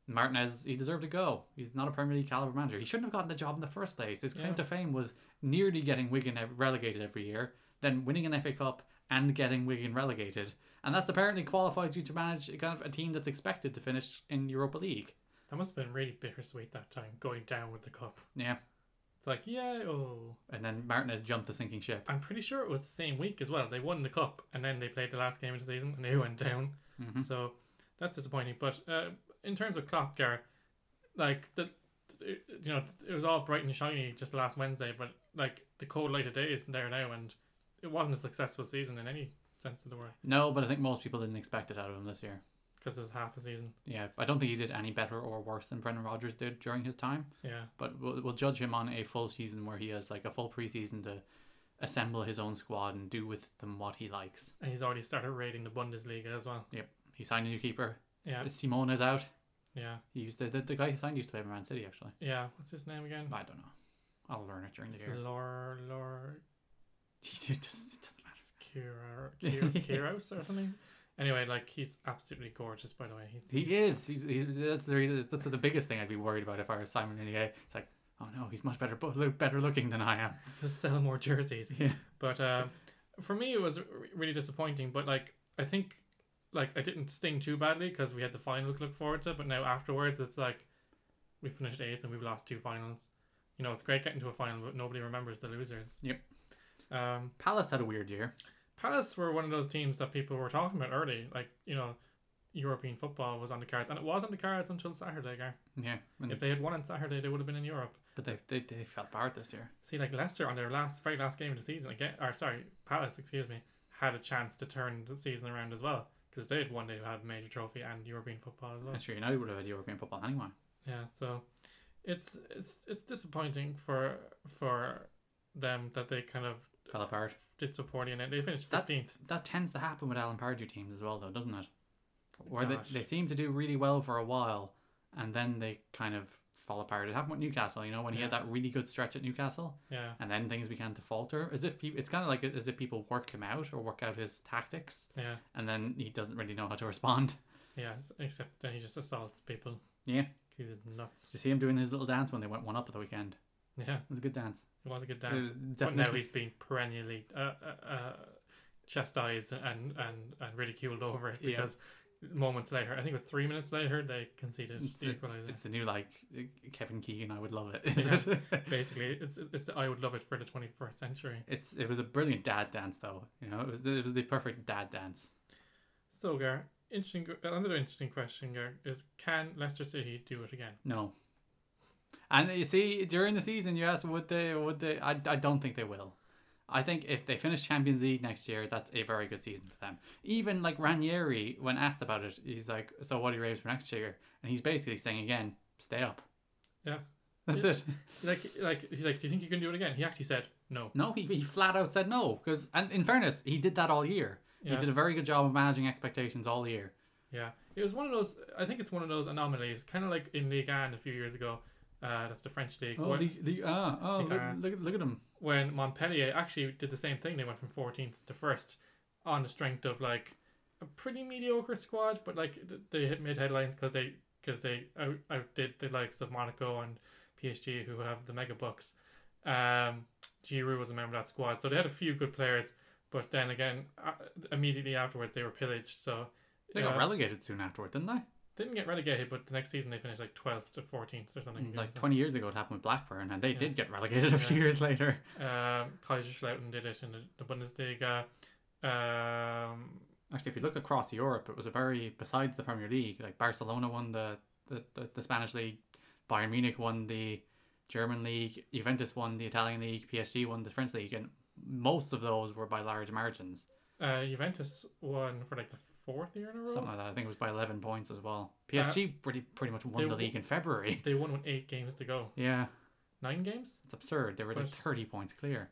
Martinez, he deserved to go. He's not a Premier League caliber manager. He shouldn't have gotten the job in the first place. His claim
Yeah.
to fame was nearly getting Wigan ev- relegated every year, then winning an FA Cup and getting Wigan relegated, and that's apparently qualifies you to manage a kind of a team that's expected to finish in Europa League.
That must have been really bittersweet that time, going down with the cup.
Yeah,
It's like, yeah, oh.
and then Martinez jumped the sinking ship.
I'm pretty sure it was the same week as well. They won the cup and then they played the last game of the season and they went down.
Mhm.
So that's disappointing. But uh, in terms of Klopp, Gareth, like the, it- you know, it was all bright and shiny just last Wednesday, but like the cold light of day is there now, and it wasn't a successful season in any sense of the word
No, but I think most people didn't expect it out of him this year.
because it was half a season.
Yeah, I don't think he did any better or worse than Brendan Rodgers did during his time.
Yeah,
But we'll, we'll judge him on a full season where he has like a full preseason to assemble his own squad and do with them what he likes.
and he's already started raiding the Bundesliga as well.
Yep, he signed a new keeper.
Yeah.
S- Simone is out.
Yeah,
He used to, the the guy he signed used to play for Man City actually.
yeah. What's his name again?
I don't know. I'll learn it during the
It's
year.
Lor Lor
He just, doesn't matter.
Kira Kira Kiros or something. Anyway, like he's absolutely gorgeous. By the way, he's
He is. He's, he's that's the reason, that's the biggest thing I'd be worried about if I was Simon Minier. It's like, oh no, he's much better bo- look- better looking than I am.
Let's sell more jerseys.
Yeah.
But uh, for me, it was r- really disappointing. But like, I think like I didn't sting too badly because we had the final to look forward to. But now afterwards, it's like we finished eighth and we've lost two finals. You know, it's great getting to a final, but nobody remembers the losers.
Yep.
Um,
Palace had a weird year.
Palace were one of those teams that people were talking about early. Like, you know, European football was on the cards, and it was on the cards until Saturday. Gar.
Yeah, and-
If they had won on Saturday, they would have been in Europe.
but they, they they fell apart this year.
See, like Leicester on their last very last game of the season again, or sorry, Palace, excuse me, had a chance to turn the season around as well because if they had won, they would have a major trophy and European football as well.
And sure, United would have had European football anyway.
Yeah, so it's it's it's disappointing for for them that they kind of
Fell apart.
did so poorly and they finished
That-
fifteenth.
That tends to happen with Alan Pardew teams as well, though, doesn't it? Where they,
Gosh.
they seem to do really well for a while, and then they kind of fall apart. It happened with Newcastle, you know, when he had
Yeah.
that really good stretch at Newcastle.
Yeah,
and then things began to falter as if peop it's kind of like as if people work him out or work out his tactics
yeah,
and then he doesn't really know how to respond
yeah. s- Except then he just assaults people.
yeah
He's nuts.
did you see him doing his little dance when they went one up at the weekend
Yeah,
it was a good dance
it was a good
it
dance.
was
But now
definitely
he's being perennially uh, uh, uh, chastised and, and, and ridiculed over it
Yeah.
because moments later, I think it was three minutes later, they conceded
It's
the
a-
equaliser.
it's the new like uh, kevin keegan i would love it is
Yeah.
it
Basically, it's it's the I would love it for the 21st century.
it's it was a brilliant dad dance though you know it was it was the perfect dad dance
So, Gar, interesting. Another interesting question, Gar, is can Leicester City do it again?
no and you see during the season you asked would they would they I, I don't think they will I think if they finish Champions League next year, that's a very good season for them. Even like Ranieri, when asked about it, he's like, "So what are your aims for next year?" And he's basically saying again, "Stay up."
Yeah.
that's
Yeah.
it.
Like, like he's like, do you think you can do it again? He actually said no.
No, he, he flat out said no because, and in fairness, he did that all year.
Yeah.
He did a very good job of managing expectations all year.
Yeah, it was one of those. I think it's one of those anomalies, kind of like in Ligue 1 a few years ago. Uh, that's the French league.
Oh,
where-
the the ah oh look,
Yeah.
look look at him.
when Montpellier actually did the same thing. They went from 14th to first on the strength of like a pretty mediocre squad, but like th- they hit mid headlines because they because they out, outdid the likes of Monaco and PSG who have the mega bucks. Um, Giroud was a member of that squad, so they had a few good players. But then again, uh, immediately afterwards they were pillaged. So
They
uh,
got relegated soon afterward, didn't they?
didn't get relegated, but the next season they finished like 12th to 14th or something.
Mm, Like twenty years ago, it happened with Blackburn, and they
Yeah.
did get relegated a few
Yeah.
years later.
Um, Kaiserslautern did it in the, the Bundesliga. Um,
Actually, if you look across Europe, it was a very besides the Premier League. Like Barcelona won the the, the, the Spanish league, Bayern Munich won the German league, Juventus won the Italian league, PSG won the French league, and most of those were by large margins.
Uh, Juventus won for like the fourth year in a row.
Something like that. I think it was by eleven points as well. PSG pretty pretty much won
Uh, they
the
w-
league in February.
They won with eight games to go.
Yeah,
Nine games.
it's absurd. They were like
But-
thirty points clear.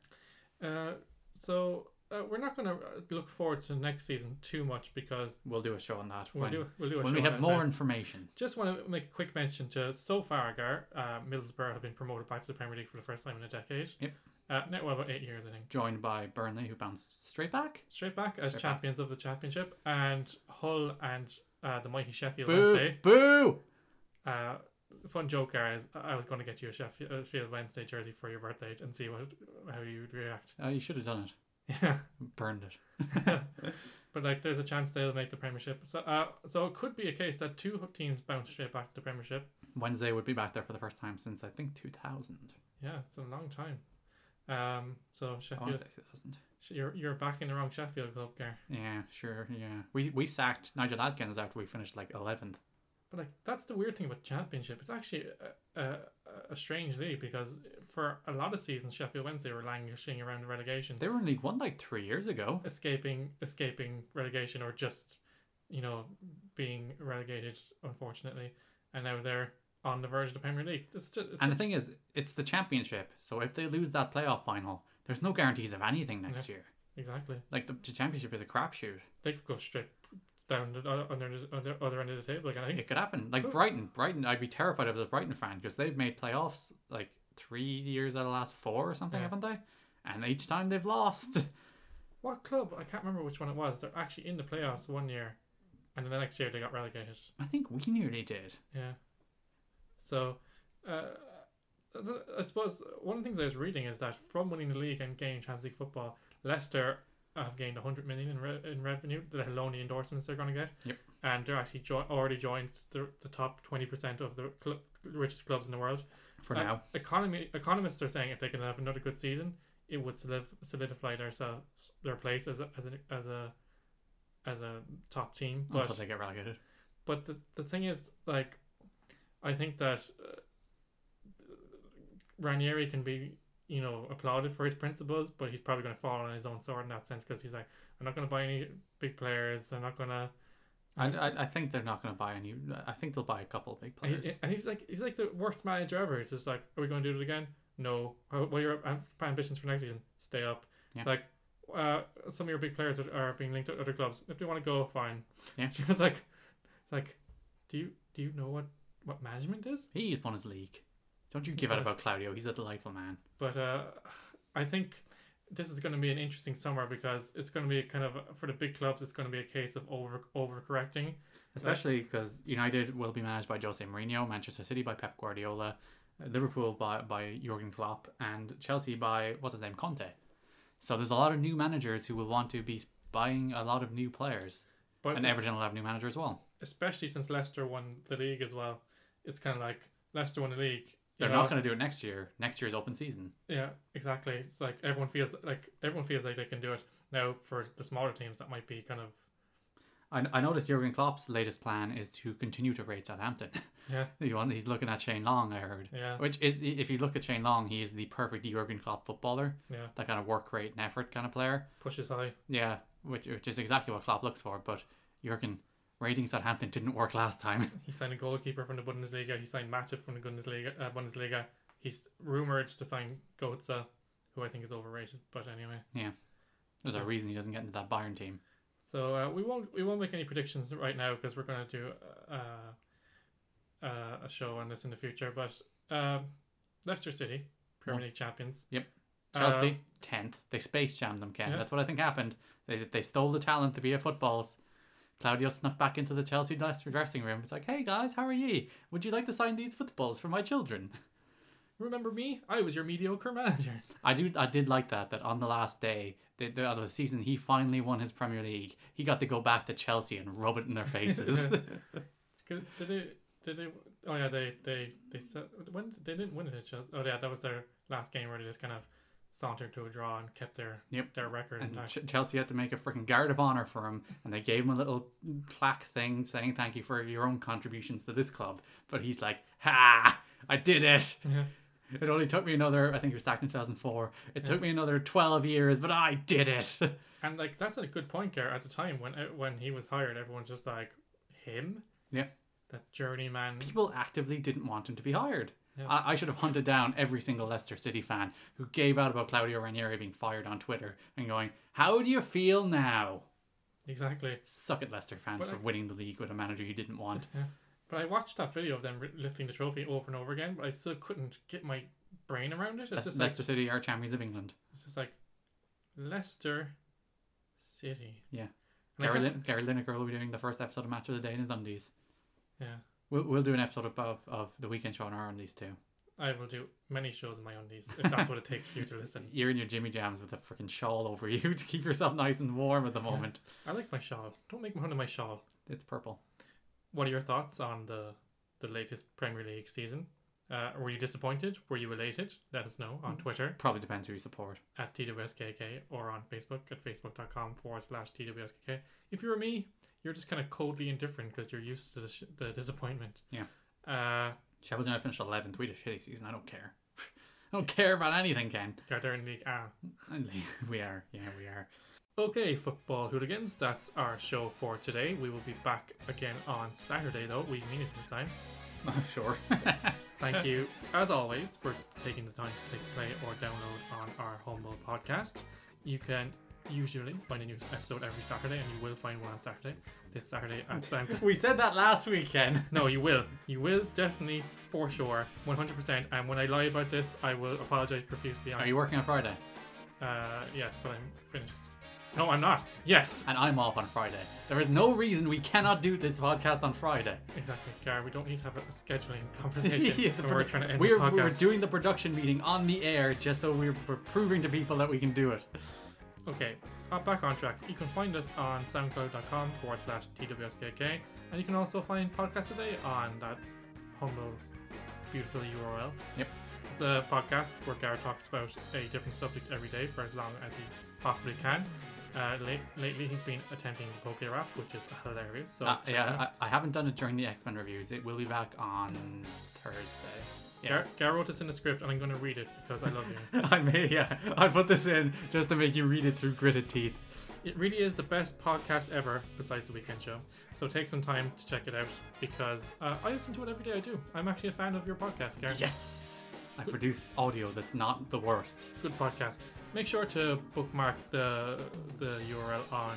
Uh, so uh, we're not going to look forward to next season too much because
We'll do a show on that
we'll
when,
do we'll do a
when
show
we
on
have
that
more
then.
information.
Just want to make a quick mention to so far, Gar, uh, Middlesbrough have been promoted back to the Premier League for the first time in a decade.
Yep.
Uh, now, well, about eight years, I think.
Joined by Burnley, who bounced straight back.
Straight back as
Straight back.
champions of the championship, and Hull and uh, the mighty Sheffield
Boo!
Wednesday.
Boo!
Uh, fun joke, Gar, is I I was going to get you a Sheffield uh, Sheffield Wednesday jersey for your birthday and see what how you would react.
Oh, you should have done it.
Yeah.
Burned it.
but like, there's a chance they'll make the Premiership. So, uh, so it could be a case that two teams bounce straight back to the Premiership.
Wednesday would be back there for the first time since I think 2000.
Yeah, it's a long time. Um, so
I want
Sheffield,
to say 2000.
you're you're back in the wrong Sheffield club, Gar.
Yeah, sure. Yeah, we we sacked Nigel Adkins after we finished like 11th.
But like, that's the weird thing about Championship. It's actually a, a, a strange league because for a lot of seasons, Sheffield Wednesday were languishing around relegation,
They were in League One like three years ago.
escaping escaping relegation or just you know being relegated, unfortunately. And now they're on the verge of the Premier League. It's just it's
And the thing is, it's the championship. So if they lose that playoff final, there's no guarantees of anything next year.
exactly.
Like the, the championship is a crapshoot.
They could go straight down the other under the other end of the table again. I think.
It could happen. Like Brighton, Brighton, I'd be terrified of the Brighton fan because they've made playoffs like three years out of the last four or something,
Yeah.
haven't they? And each time they've lost.
What club? I can't remember which one it was. They're actually in the playoffs one year, and then the next year they got relegated.
I think we nearly did.
Yeah. So, uh, th- I suppose one of the things I was reading is that from winning the league and gaining Champions League football, Leicester have gained 100 million in, re- in revenue, the loany endorsements they're going to get.
Yep.
And they're actually jo- already joined the, the top 20% of the cl- richest clubs in the world.
For
Uh,
now,
Economy, economists are saying if they can have another good season, it would solid- solidify their se- their place as a as a as a, as a top team. But
until they get relegated.
but the the thing is, like, I think that uh, Ranieri can be you know applauded for his principles, but he's probably going to fall on his own sword in that sense because he's like, I'm not going to buy any big players. I'm not going to.
I, I, I think they're not going to buy any. I think they'll buy a couple of big players.
And he's like, he's like the worst manager ever. He's just like, are we going to do it again? No. "Oh, How- What are your am- ambitions for next season? Stay up.
Yeah.
It's like. Uh, some of your big players are, are being linked to other clubs. If they want to go, fine.
Yeah.
She was like, "It's like, do you do you know what what management is?"
He's won his league. Don't you give out
does.
about Claudio. He's a delightful man.
But uh, I think this is going to be an interesting summer because it's going to be kind of for the big clubs. It's going to be a case of over overcorrecting.
Especially because United will be managed by Jose Mourinho, Manchester City by Pep Guardiola, uh, Liverpool by, by Jurgen Klopp, and Chelsea by, what's his name, Conte. So there's a lot of new managers who will want to be buying a lot of new players.
But
And Everton will have new manager as well.
especially since Leicester won the league as well, it's kind of like Leicester won the league. you
They're
know?
not going to do it next year. Next year's open season.
Yeah, exactly. It's like everyone feels like everyone feels like they can do it now. For the smaller teams, that might be kind of
I, I noticed Jurgen Klopp's latest plan is to continue to raid Southampton.
yeah,
He want- he's looking at Shane Long, I heard.
Yeah.
Which is, if you look at Shane Long, he is the perfect Jurgen Klopp footballer.
yeah,
That kind of work rate and effort kind of player.
pushes high.
Yeah, which which is exactly what Klopp looks for. But Jurgen raiding Southampton didn't work last time.
He signed a goalkeeper from the Bundesliga. He signed Matip from the Bundesliga. Uh, Bundesliga. He's rumored to sign Goetze, who I think is overrated. But anyway.
There's a reason he doesn't get into that Bayern team.
So uh, we won't we won't make any predictions right now because we're going to do uh, uh, a show on this in the future. But um, Leicester City, Premier League champions.
Yep.
Uh,
Chelsea tenth. They space jammed them. Ken.
Yeah.
That's what I think happened. They they stole the talent to be a footballs. Claudio snuck back into the Chelsea dress- dressing room. It's like, hey guys, how are ye? Would you like to sign these footballs for my children?
Remember me? I was your mediocre manager.
I do. I did like that. That on the last day the, the, of the season, he finally won his Premier League. He got to go back to Chelsea and rub it in their faces.
'Cause Did they? Did they? Oh yeah, they they they said when did- they didn't win it. at Chelsea. Oh yeah, that was their last game where they just kind of sauntered to a draw and kept their
Yep.
their record
And
intact.
Ch- Chelsea had to make a freaking guard of honor for him, and they gave him a little plaque thing saying thank you for your own contributions to this club. But he's like, "Ha! I did it.
Yeah.
It only took me another, I think it was back in 2004. It took me another 12 years, but I did it.
And like that's a good point, Garrett. At the time when uh, when he was hired, everyone's just like him,
yeah.
that journeyman.
People actively didn't want him to be hired.
Yeah.
I, I should have hunted down every single Leicester City fan who gave out about Claudio Ranieri being fired on Twitter and going, How do you feel now?
Exactly.
Suck it, Leicester fans,
But
for
I-
winning the league with a manager you didn't want.
But I watched that video of them lifting the trophy over and over again, but I still couldn't get my brain around it. It's
Leic-
just like
Leicester City are champions of England.
it's just like Leicester City.
Yeah.
And I
Gary,
kept-
Lin- Gary Lineker will be doing the first episode of Match of the Day in his undies.
Yeah.
We'll, we'll do an episode above of the weekend show on our undies too.
I will do many shows in my own knees if that's what it takes for you to listen.
You're in your Jimmy Jams with a freaking shawl over you to keep yourself nice and warm at the moment.
I like my shawl. Don't make fun of my shawl.
It's purple.
What are your thoughts on the the latest Premier League season? Uh, were you disappointed? Were you elated? Let us know on Twitter
Probably depends who you support.
at TWSKK or on Facebook at facebook.com forward slash TWSKK. If you were me, you're just kind of coldly indifferent because you're used to the, sh- the disappointment.
Yeah.
Uh,
Sheffield United finished 11th. We had a shitty season. I don't care. I don't care about anything, Ken.
Gardner League, ah.
We are. Yeah, we are.
Okay, football hooligans, that's our show for today. We will be back again on Saturday, though. We mean it this time.
I'm sure.
Thank you, as always, for taking the time to click play or download on our Humble podcast. You can usually find a new episode every Saturday, and you will find one on Saturday. This Saturday at SoundCloud.
we said that last weekend.
No, you will. You will definitely, for sure, 100%. And when I lie about this, I will apologize profusely.
Are you working on Friday?
Uh, yes, but I'm finished. No, I'm not. Yes.
And I'm off on Friday. There is no reason we cannot do this podcast on Friday.
Exactly, Gary. We don't need to have a scheduling conversation
Yeah, the
when we're
produ-
trying to end
we're,
the podcast.
we're doing the production meeting on the air just so we're, we're proving to people that we can do it.
okay, uh, back on track. You can find us on soundcloud.com forward slash TWSKK. And you can also find Podcast Today on that humble, beautiful URL.
Yep.
The podcast where Gary talks about a different subject every day for as long as he possibly can. Uh, late, lately, he's been attempting the poke rap, which is hilarious. So
Uh, yeah, I, I haven't done it during the X Men reviews. It will be back on Thursday. Yeah.
Gar- Gar wrote this in the script, and I'm going to read it because I love you.
I may, yeah. I put this in just to make you read it through gritted teeth.
It really is the best podcast ever, besides the weekend show. So take some time to check it out because uh, I listen to it every day. I do. I'm actually a fan of your podcast, Gary.
Yes! I produce audio that's not the worst.
Good podcast. Make sure to bookmark the the URL on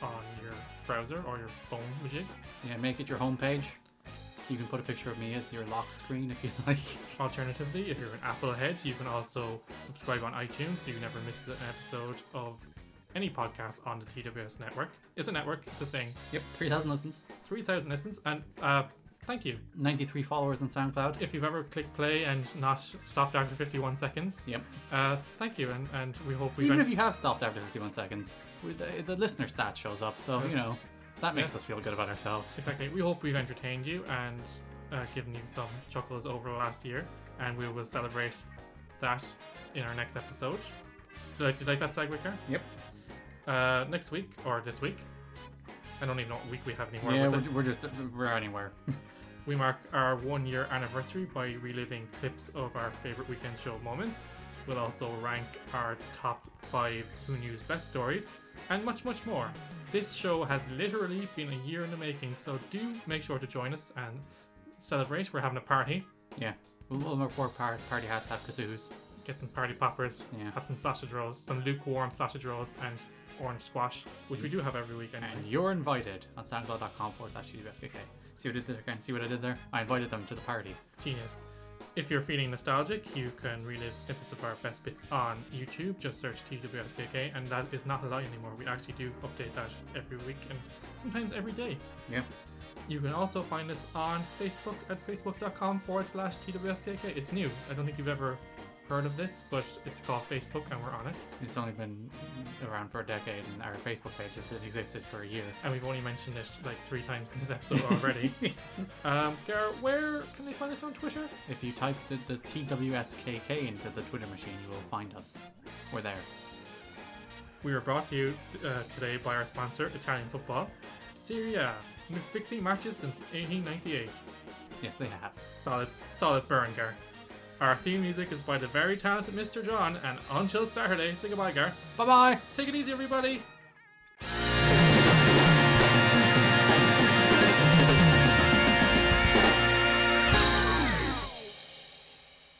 on your browser or your phone, would you?
Yeah, make it your homepage. You can put a picture of me as your lock screen if you like.
Alternatively, if you're an Apple head, you can also subscribe on iTunes so you never miss an episode of any podcast on the TWS network. It's a network, it's a thing.
Yep, 3,000 listens,
3,000 listens, and uh, thank you.
93 followers on SoundCloud.
If you've ever clicked play and not stopped after 51 seconds,
Yep.
uh, thank you, and, and we hope we
Even
went.
if you have stopped after 51 seconds, we, the, the listener stat shows up, so, you know, that makes
Yeah.
us feel good about ourselves.
exactly, we hope we've entertained you and uh, given you some chuckles over the last year, and we will celebrate that in our next episode. Did I, did I like that segue, Karen?
Yep.
Uh, next week or this week? I don't even know what week we have anymore.
Yeah,
with
we're,
it.
we're just, we're anywhere.
We mark our one year anniversary by reliving clips of our favorite weekend show moments. We'll also rank our top five Who News Best stories and much, much more. This show has literally been a year in the making, so do make sure to join us and celebrate. We're having a party.
yeah. We'll, we'll report par- party hats, have kazoos.
Get some party poppers,
Yeah.
have some sausage rolls, some lukewarm sausage rolls, and orange squash, which we do have every week anyway.
Mm. And you're invited on soundcloud.com forward slash TWSKK. See what I did there, Karen? See what I did there? I invited them to the party.
Genius. If you're feeling nostalgic, you can relive snippets of our best bits on YouTube. Just search TWSKK, and that is not a lie anymore. We actually do update that every week and sometimes every day.
Yeah.
You can also find us on Facebook at facebook.com forward slash TWSKK. It's new. I don't think you've ever heard of this, but it's called Facebook, and we're on it.
It's only been around for a decade, and our Facebook page has been existed for a year.
And we've only mentioned it like three times in this episode already. um, Garrett, where can they find us on Twitter?
If you type the, the TWSKK into the Twitter machine, you will find us. We're there.
We are brought to you uh, today by our sponsor, Italian Football. Serie A, been fixing matches since 1898.
Yes, they have.
Solid, solid burn, Gar. Our theme music is by the very talented Mr. John, and until Saturday, say goodbye, Gar.
Bye bye.
Take it easy, everybody.